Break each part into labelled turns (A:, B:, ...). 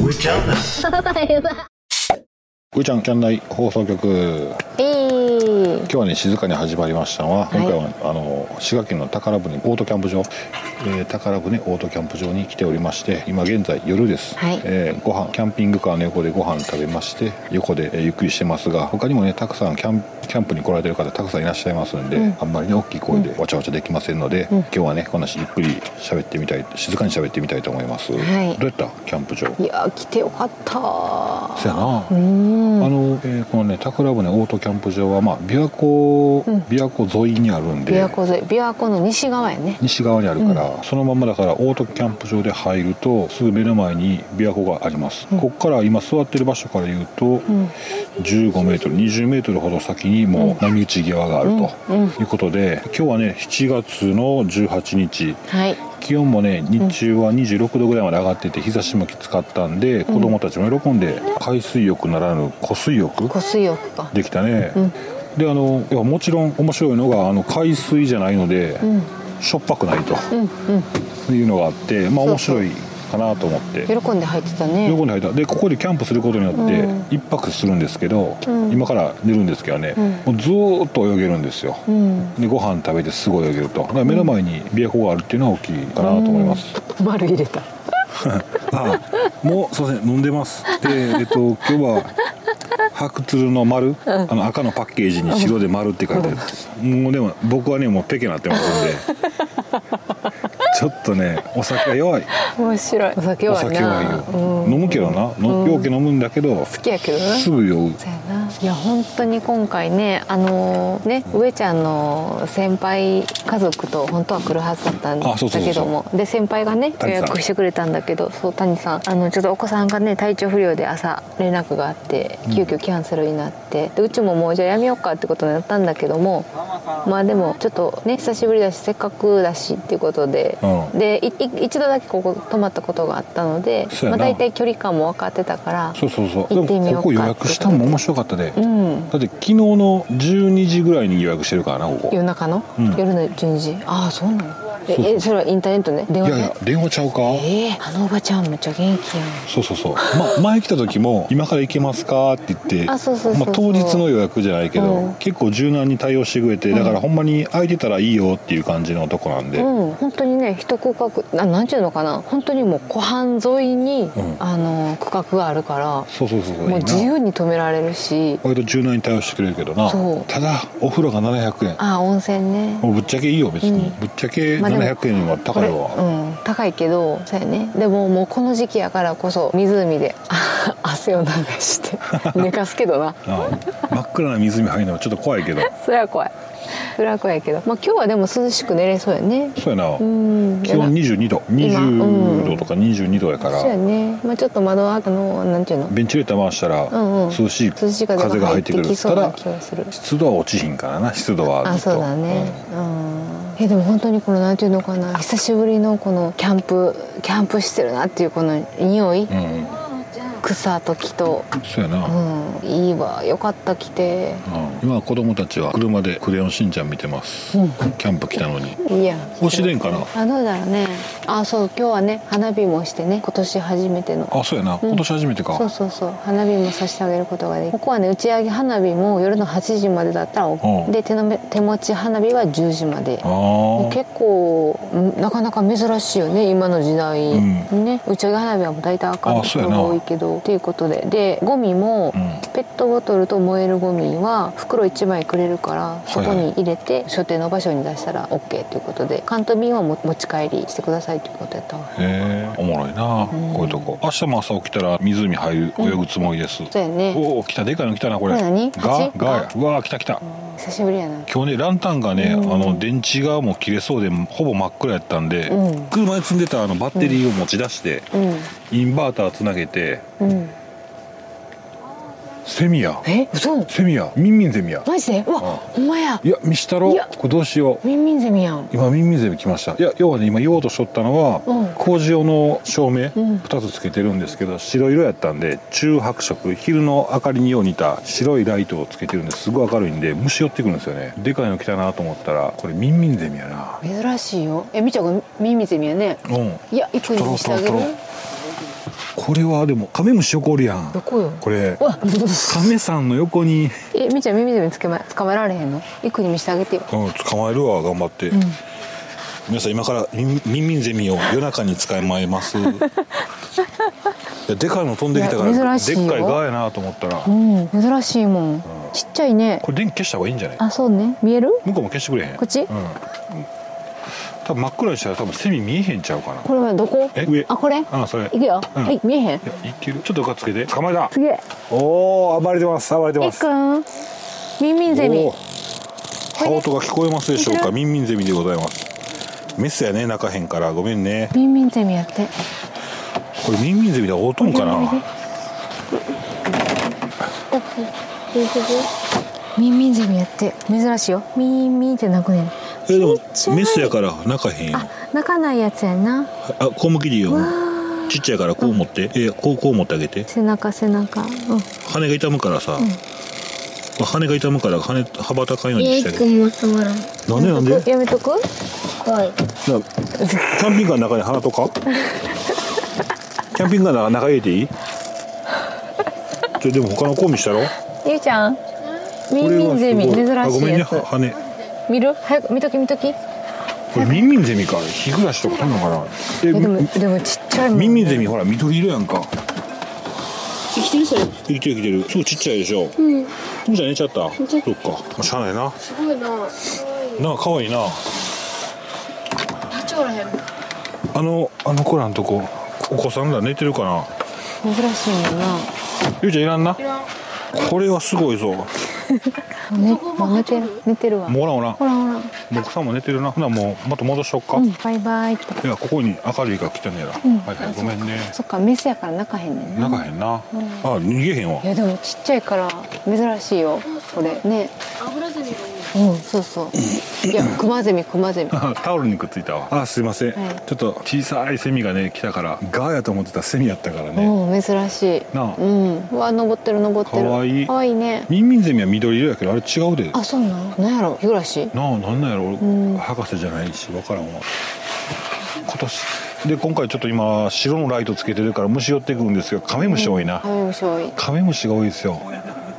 A: We can.
B: うーちゃんキャンナイ放送局
C: えー
B: 今日はね静かに始まりましたが、
C: い
B: 今回はあの滋賀県の宝船オートキャンプ場、えー宝船オートキャンプ場に来ておりまして今現在夜です、
C: はい
B: えーご飯キャンピングカーの横でご飯食べまして横で、えーゆっくりしてますが他にもねたくさんキャンキャンプに来られてる方たくさんいらっしゃいますんで、あんまりね大きい声でわちゃわちゃできませんので、今日はねこんなしゆっくり喋ってみたい静かに喋ってみたいと思います、
C: い
B: どうやったキャンプ場
C: いやー来てよかった
B: そやな、
C: うん
B: あの、えーこのね桜船オートキャンプ場はまあ琵琶湖、琵琶湖沿いにある
C: 琵
B: んで
C: 琶湖沿い琵琶湖の西側やね
B: 西側にあるから、そのまんまだからオートキャンプ場で入るとすぐ目の前に琵琶湖があります、ここから今座ってる場所から言うと、15メートル20メートルほど先にもう波打ち際があるということで、今日はね7月の18日
C: はい
B: 気温もね日中は26度ぐらいまで上がってて日差しもきつかったんで、子供たちも喜んで海水浴ならぬ湖水浴
C: 湖水浴か
B: できたね、であのいやもちろん面白いのがあの海水じゃないので、しょっぱくないと、いうのがあってま
C: そ
B: あ
C: う
B: 面
C: そう
B: 白いかなと思って
C: 喜んで入ってたね
B: 横に入ったでここでキャンプすることによって一泊するんですけど、今から寝るんですけどね、もうずーっと泳げるんですよ、
C: うん
B: でご飯食べてすごい泳げるとだから目の前に琵琶湖があるっていうのは大きいかなと思います、
C: 丸入れた
B: あもうすいません飲んでますでえっと今日は白鶴の丸、あの赤のパッケージに白で丸って書いてある、もうでも僕はねもうペケなってますんでちょっとねお酒は弱い
C: 面白いお酒
B: お
C: はな
B: 酒弱いよ、
C: うん、
B: 飲むけどな、のようけ飲むんだけど
C: 好きやけどな
B: すぐ酔う
C: そうやないや本当に今回ねあのね上ちゃんの先輩家族と本当は来るはずだったんだ
B: あそうそうそうそう
C: けどもで先輩がね
B: さ
C: 予
B: ん
C: 約してくれたんだけどそう谷さんあのちょっとお子さんがね体調不良で朝連絡があって急遽キャンセルになって、でうちももうじゃあやめようかってことになったんだけどもまあでもちょっとね久しぶりだしせっかくだしっていうことで、
B: う
C: でいい一度だけここ泊まったことがあったので
B: そう
C: ま
B: や
C: あ、
B: な
C: 大体距離感も分かってたから
B: そうそうそう
C: 行ってみようか
B: でもここ予約したのも面白かったで、
C: うん
B: だって昨日の12時ぐらいに予約してるからなここ
C: 夜中の、
B: ん
C: 夜の12時ああそうなのえ
B: そうそう
C: えそれはインターネットね電
B: い
C: 話
B: やい
C: ね
B: や電話ちゃうか
C: ええあのおばちゃんめっちゃ元気やん
B: そうそうそう、ま、前来た時も「今から行けますか?」って言って
C: あそうそうそうそう
B: ま当日の予約じゃないけど、
C: うん
B: 結構柔軟に対応してくれてだからほんまに空いてたらいいよっていう感じのとこなんで、
C: うん、本当にね一区画ななんていうのかな本当にもう湖畔沿いに、
B: ん
C: あの区画があるから
B: そうそうそうそう
C: もう自
B: いいな
C: 由に止められるし
B: 割と柔軟に対応してくれるけどな
C: そう
B: ただお風呂が700円
C: ああ温泉ね
B: もうぶっちゃけいいよ別に、
C: うん
B: ぶっちゃけ
C: まあでも
B: 700円は高いわ、
C: これうん、高いけどそうやねでももうこの時期やからこそ湖であ汗を流して 寝かすけどな
B: なあ真っ暗な湖入るのはちょっと怖いけど
C: それは怖いそれは怖いけど、まあ、今日はでも涼しく寝れそうやね
B: そうやな、
C: うん
B: 気温22度
C: 今うん
B: 20度とか22度やから、
C: そうやね、まあ、ちょっと窓はあのなんていうの
B: ベンチレーター回したら
C: うんうん
B: 涼しい
C: 涼しい風
B: 風
C: が入
B: が入
C: っ
B: っててくる、
C: きそう
B: た
C: な
B: だ
C: 気がする
B: 湿度は落ちひんからな湿度はずっと
C: あそうだねうん、えでも本当にこのなんていうのかな久しぶりのこのキャンプキャンプしてるなっていうこの匂い、
B: うん、うん
C: 草と木と
B: そうやな、
C: うん
B: うん
C: いいわよかった来て
B: 今子供たちは車で「クレヨンしんちゃん」見てます、
C: うん
B: キャンプ来たのに
C: いいや
B: 推しでんかな
C: あどうだろうねあそう今日はね花火もしてね今年初めての
B: あそうやな今年初めてか、
C: そうそうそう花火もさせてあげることができるここはね打ち上げ花火も夜の8時までだったら OK、
B: うん
C: で手のめ手持ち花火は10時まで
B: あー
C: 結構んなかなか珍しいよね今の時代、
B: う
C: ね打ち上げ花火はもう大体赤の
B: あそうや
C: 人
B: な
C: が多いけどっていうことででゴミも、
B: うん
C: ペットボトルと燃えるゴミは袋1枚くれるから
B: い
C: そこに入れて所定の場所に出したら OK ということで缶と瓶はも持ち帰りしてくださいということやったわ
B: へえおもろいな、こういうとこ明日も朝起きたら湖入る泳ぐつもりです、
C: そうやね
B: おお来たでかいの来たなこれ
C: これ何
B: ガ
C: 蜂
B: ガやうわー来た来た
C: 久しぶりやな
B: 今日ねランタンがね、あの電池がもう切れそうでほぼ真っ暗やったんで、
C: うん
B: 車に積んでたあのバッテリーを持ち出して、
C: う
B: インバーターつなげて
C: んうん
B: セミや
C: え嘘
B: セミやミンミンゼミや
C: マジでうわほんまや
B: いや見したろ
C: いや
B: これどうしよう
C: ミンミンゼミやん
B: 今ミンミンゼミ来ましたいや要はね今言おうとしとったのは、
C: うん
B: 工事用の照明
C: うん
B: 2つつけてるんですけど白色やったんで中白色昼の明かりによう似た白いライトをつけてるんですごい明るいんで虫寄ってくるんですよねでかいの来たなと思ったらこれミンミンゼミやな
C: 珍しいよえみーちゃんがミンミンゼミやね
B: うん
C: いやいくにしてあげる
B: 取ろう取ろう取ろうこれはでもカメムシ怒るやん
C: どこよ
B: これ
C: わ
B: カメさんの横に、
C: えみーちゃん耳で見つけま捕まえられへんのいくに見してあげてよ
B: うん、捕まえるわ頑張って、皆さん今からミンミンミンゼミを夜中に捕まえま すいやでかいの飛んできたか
C: い
B: ら
C: や珍
B: で
C: しいよ
B: っかいガやなと思ったら
C: う
B: こ
C: ん珍しいもんちっちゃいね
B: れ電気消した方がいいんじゃない
C: あそうね見える
B: 向こうも消してくれへん
C: こっち
B: うん多分真っ暗にしたら多分セミ見えへんちゃうかな
C: これはどこ
B: え上
C: あこれ
B: あそれ
C: いくよ、
B: うん
C: はい見えへん
B: いやいけるちょっとうかつけて捕まえた
C: すげえ
B: おお暴れてます暴れて
C: い
B: ま
C: っ
B: す
C: くんミンミンゼミ
B: おー羽音が聞こえますでしょう
C: こ
B: か
C: れ
B: ミンミンゼミでございますメスやね中へんからごめんね
C: ミンミンゼミやって
B: これミンミンゼミでおとんかな
C: ミンミンゼミやって珍しいよミンミンって鳴くねん
B: えでも
C: ちっちゃい
B: メスやから中へんよ
C: あ鳴かないやつやんな
B: あこう向きでいいよ
C: わ
B: ちっちゃいからこう持ってえこうこう持ってあげて
C: 背中背中うん
B: 羽が痛むからさ、羽が痛むから羽羽ばたかんように
A: ゆ
B: し
A: う
B: てあ
A: き
B: げ
A: く
B: て
A: んも止まらん
B: なんでなんで
C: やめとく
A: 怖い
B: なキャンピングカーの中に花とかキャンピングカーの中に入れていいちょでも他のコウ見したろ
C: ゆうちゃんミン
B: これ
C: ミ
B: は
C: ン
B: す
C: ゼ
B: ご
C: ミ珍し
B: あ
C: い
B: ごめんね
C: やつ、
B: は羽
C: 見る早く見とき見ときえ
B: これミンミンゼミか日暮らしとか飛んのかなえ
C: でも
B: み
C: でもちっちゃいもん
B: ミンミンゼ
C: ミ
B: ミほら緑色やんか
A: 生きてるそれ
B: 生きてる生きてるすごいちっちゃいでしょ
A: うん
B: ふみちゃん寝ちゃった
A: 寝ちゃった
B: そっかまあしゃあないな
A: すごいな可愛い
B: なあかわいいな
A: 立ちおらへん
B: あのあの子らんとこお子さんら寝てるかな
C: 珍しいもんな
B: ゆうちゃんいらんない
A: らん
B: これはすごいぞも
C: あねもう寝てる寝てるわ
B: うおらんおらん
C: ほらほら
B: 僕さんも寝てるなほなもうまた戻しとくか、
C: う
B: い
C: んバイバイって
B: やここに明るいから来てんねやら、
C: ん
B: はいはいごめんね
C: そっかメスやから鳴かへんねんな
B: 中へんな、あ逃げへんわ
C: いやでもちっちゃいから珍しいよこれね
A: 油ゼミがいい
C: うんそうそういやクマゼミクマゼミ
B: タオルにくっついたわあすいません、
C: はい
B: ちょっと小さいセミがね来たからガーやと思ってたセミやったからね
C: うん珍しい
B: なあ
C: うんうわ登ってる登ってる
B: かわいい
C: かわいいね
B: ミンミンゼミは緑色やけどあれ違うで
C: あそうなのなんやろ日暮らし
B: なあなんなんやろ俺、
C: うん
B: 博士じゃないしわからんわ今年で今回ちょっと今白のライトつけてるから虫寄ってくるんですけどカメムシ多いな、
C: カメムシ多い
B: カメムシが多いですよ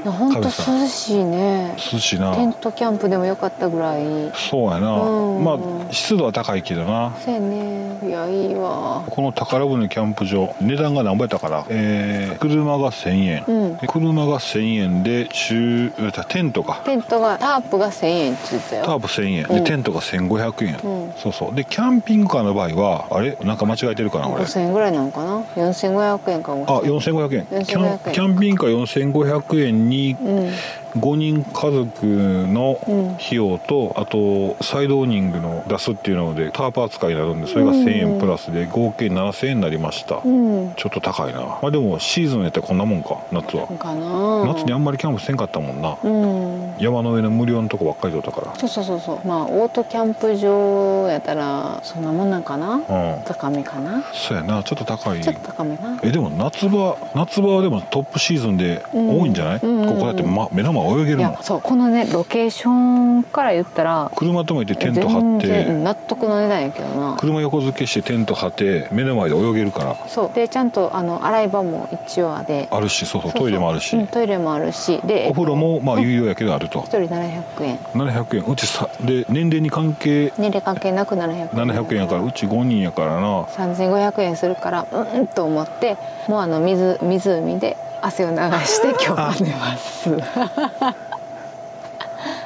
C: なほんと
B: カメさん
C: 涼しいね
B: 涼しい
C: テン
B: な
C: トキャンプでもよかったぐらい
B: そうやな、
C: うん
B: まあ湿度は高いけどな
C: そうやねいやいいわ
B: この宝船キャンプ場値段が何倍やったかなえー、車が1000円、
C: うん
B: で車が1000円で中えーテントか
C: テントがタープが1000円って言ってたよ
B: タープ1000円、
C: うん
B: でテントが1500円、
C: うん
B: そうそうでキャンピングカーの場合はあれなんか間違えてるかな俺
C: 5000円ぐらいなのかな4500円かも
B: あ4500円キャ
C: 4500
B: ン
C: 円
B: キャンピングカー4500円に
C: うん
B: 5人家族の
C: うん
B: 費用と、あとサイドオーニングの出すっていうのでタープ扱いになるんでそれが1000円プラスで合計7000円になりました、
C: うん
B: ちょっと高いなまあでもシーズンやったらこんなもんか夏は、
C: かな
B: 夏にあんまりキャンプせんかったもんな、
C: うん
B: 山の上の無料のとこばっかりとったか
C: そうそうそうそうまあオートキャンプ場やったらそんなもんなんかな
B: らうん
C: 高めかな
B: そうやなちょっと高い
C: ちょっと高めな
B: えでも夏場夏場はでもトップシーズンで多いんじゃない、
C: うんうんうん
B: ここだって、ま、目の前泳げる
C: い
B: もん
C: やそうこのねロケーションから言ったら
B: 車止めてテント張
C: 全
B: っ
C: 然う
B: て
C: ん納得の値段やけどな
B: 車横付けしてテント張って目の前で泳げるから
C: そうでちゃんとあの洗い場も一応あで
B: あるしそうそう
C: そうそう
B: トイレもあるし
C: うんトイレもあるしで
B: お風呂もまあ有料やけどあると
C: 一人700円
B: 700円うちさで年齢に関係
C: 年齢関係なく700円
B: 700円やからうち5人やからな
C: 3500円するからうんうんと思ってもうあの水湖で汗を流 して今日は寝ます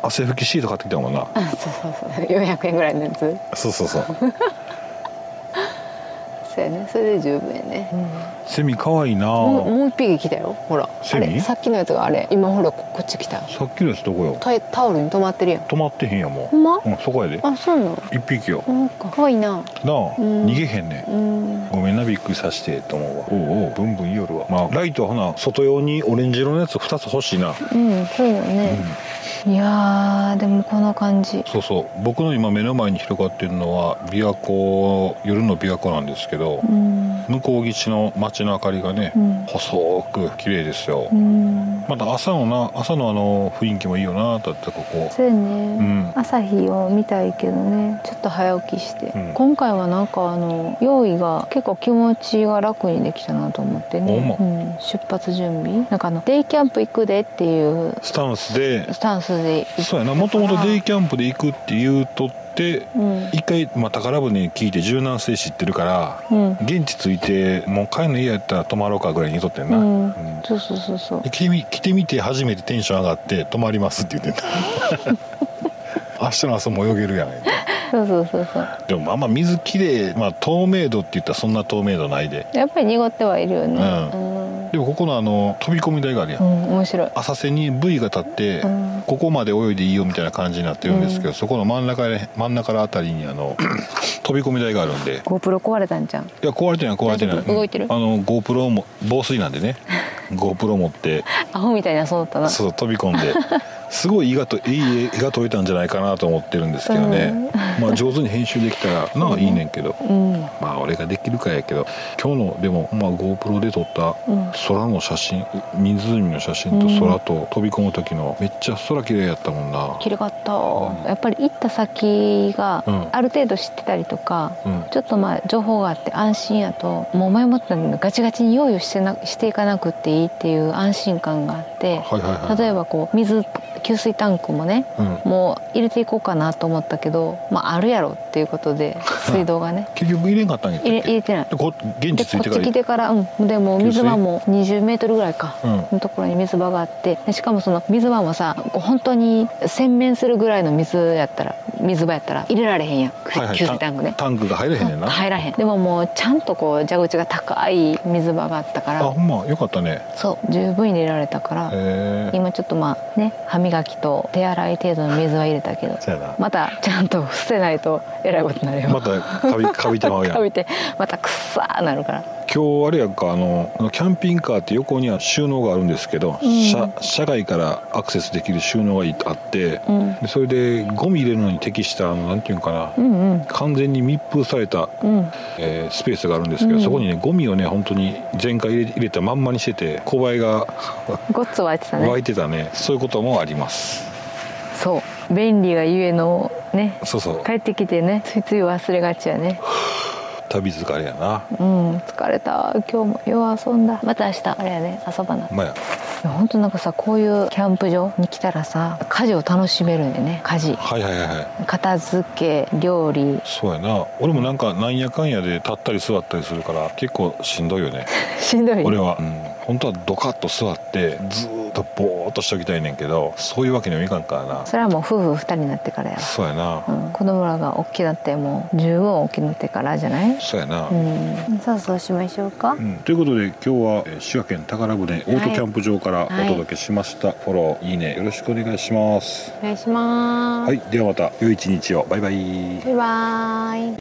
B: 汗拭きシート買ってきたもんな
C: あそうそうそう400円ぐらいのやつ
B: そうそうそう
C: そうやねそれで十分やね、
B: セミかわいいな
C: もうもう一匹来たよほら
B: セ
C: あ
B: ミ
C: れさっきのやつがあれ今ほらここっち来た
B: さっきのやつどこよ
C: タイタオルに止まってるやん
B: 止まってへんやも
C: ほんま
B: う、うん、そこやで
C: あそうなの
B: 一匹よ
C: なんかかわいいなう
B: なあ
C: ん
B: 逃げへんね
C: うん
B: ごめんなびっくりさしてと思うわおうおうブンブン夜はまあライトはほな外用にオレンジ色のやつ2つ欲しい
C: う
B: な
C: んそうよね、いやーでもこの感じ
B: そうそう僕の今目の前に広がってるのは琵琶湖夜の琵琶湖なんですけど
C: うん
B: 向こう岸の街の明かりがね、
C: うん
B: 細く綺麗ですよ、
C: うん
B: また朝のな朝のあの雰囲気もいいよなだってここ
C: そうやね、
B: うん
C: 朝日を見たいけどねちょっと早起きして、
B: うん
C: 今回はなんかあの用意が結構気持ちが楽にできたなと思って
B: ほんま
C: ね、うん、出発準備なんかあのデイキャンプ行くでっていう
B: スタンスで
C: スタンスで行
B: そうやなもともとデイキャンプで行くって言うとって
C: うん
B: 一回、まあ、宝船聞いて柔軟性知ってるから
C: うん
B: 現地着いてもう帰るの嫌やったら泊まろうかぐらいにとってんな、
C: うん
B: うん
C: そうそうそうそう
B: で来てみ来てみて初めてテンション上がって泊まりますって言ってん な明日の朝も泳げるやないか
C: そうそうそうそう
B: でもあんま水きれい、まあ、透明度って言ったらそんな透明度ないで
C: やっぱり濁ってはいるよね
B: う
C: うん、
B: でもここのあの飛び込み台があるやん、
C: うん面白い
B: 浅瀬にブイが立って、
C: うん
B: ここまで泳いでいいよみたいな感じになってるんですけど、そこの真ん中で真ん中らあたりに あの飛び込み台があるんで
C: GoPro 壊れたんじゃん
B: いや壊れてない壊れてない
C: 大丈夫動いてる
B: うんあの GoPro も防水なん でね GoPro 持って
C: アホみたいに遊んだったな
B: そう飛び込 んですごい胃がといい絵が解いたんじゃないかなと思ってるんですけどね、まあ上手に編集できたらなあいいねんけど、
C: うん
B: まあ俺ができるかやけど今日のでも、まあ、GoPro で撮った
C: うん
B: 空の写真湖の写真と空と飛び込む時のめっちゃ空綺麗やったもんな
C: きれかった、
B: うん
C: やっぱり行った先が
B: うん
C: ある程度知ってたりとか、
B: うん
C: ちょっとまあ情報があって安心やともう前もってガチガチに用意をしてなしていかなくっていいっていう安心感があって
B: はいはいはい
C: 例えばこう水給水タンクもね
B: うん
C: もう入れていこうかなと思ったけど、まあ、あるやろっていうことで水道がね
B: 結局入れんかったんやったっ
C: 入れ
B: け
C: 入れてない
B: でこ現
C: で
B: 地着
C: こ
B: い
C: って
B: から
C: ち来てからうんでもう水場も2 0ルぐらいか、
B: うん
C: のところに水場があってでしかもその水場もさこう本当に洗面するぐらいの水やったら水場やったら入れられへんやん
B: はいはい
C: 給水タンクね、
B: タンクが入れへんねんな、
C: 入らへんでももうちゃんとこう蛇口が高い水場があったか
B: あ
C: ら
B: ほんまよかったね
C: そう十分入れられたから
B: へえ
C: 今ちょっとまあね歯磨きと手洗い程度の水は入れたけど
B: そうや
C: またちゃんと捨てないとえらいことになるよ
B: なまたカビカビて まうやん
C: かびてまたくっさーなるから
B: 今日あれやんかあのあのキャンピングカーって横には収納があるんですけど、
C: うん
B: 車車外からアクセスできる収納がいあって、
C: うん
B: でそれでゴミ入れるのに適したあのなんていうんかな、
C: うんうん
B: 完全に密封された、
C: うん
B: えースペースがあるんですけど、
C: うん
B: そこにねゴミをね本当に全開入れ入れたまんまにしてて勾配が
C: ごっつ湧いてたね
B: 湧いてたねそういうこともあります
C: そう便利がゆえのね
B: そうそう
C: 帰ってきてねついつい忘れがちやね
B: 旅疲れやな
C: うん疲れた今日もよう遊んだまた明日あれやね遊ばない
B: ほんまや
C: や本当なんかさこういうキャンプ場に来たらさ家事を楽しめるんだよね家事
B: はいはいはいはい
C: 片付け料理
B: そうやな俺もなんかなんやかんやで立ったり座ったりするから結構しんどいよね
C: しんどい
B: 俺は、うん、本当はドカッと座ってずーっとボーっとしておきたいねんけどそういうわけにはいかんからな
C: それはもう夫婦二人になってからやわ、
B: そうやな、
C: うん、子供らが大きくなってもう十分大きくなってからじゃない
B: そうやな、
C: う
B: う
C: んんさあそうしましょうか、
B: ということで今日はえー滋賀県宝船オートキャンプ場から
C: はい
B: お届けしました、フォローいいねよろしくお願いします
C: お願いします、
B: はいではまた良い一日をバイバイ
C: バイバーイ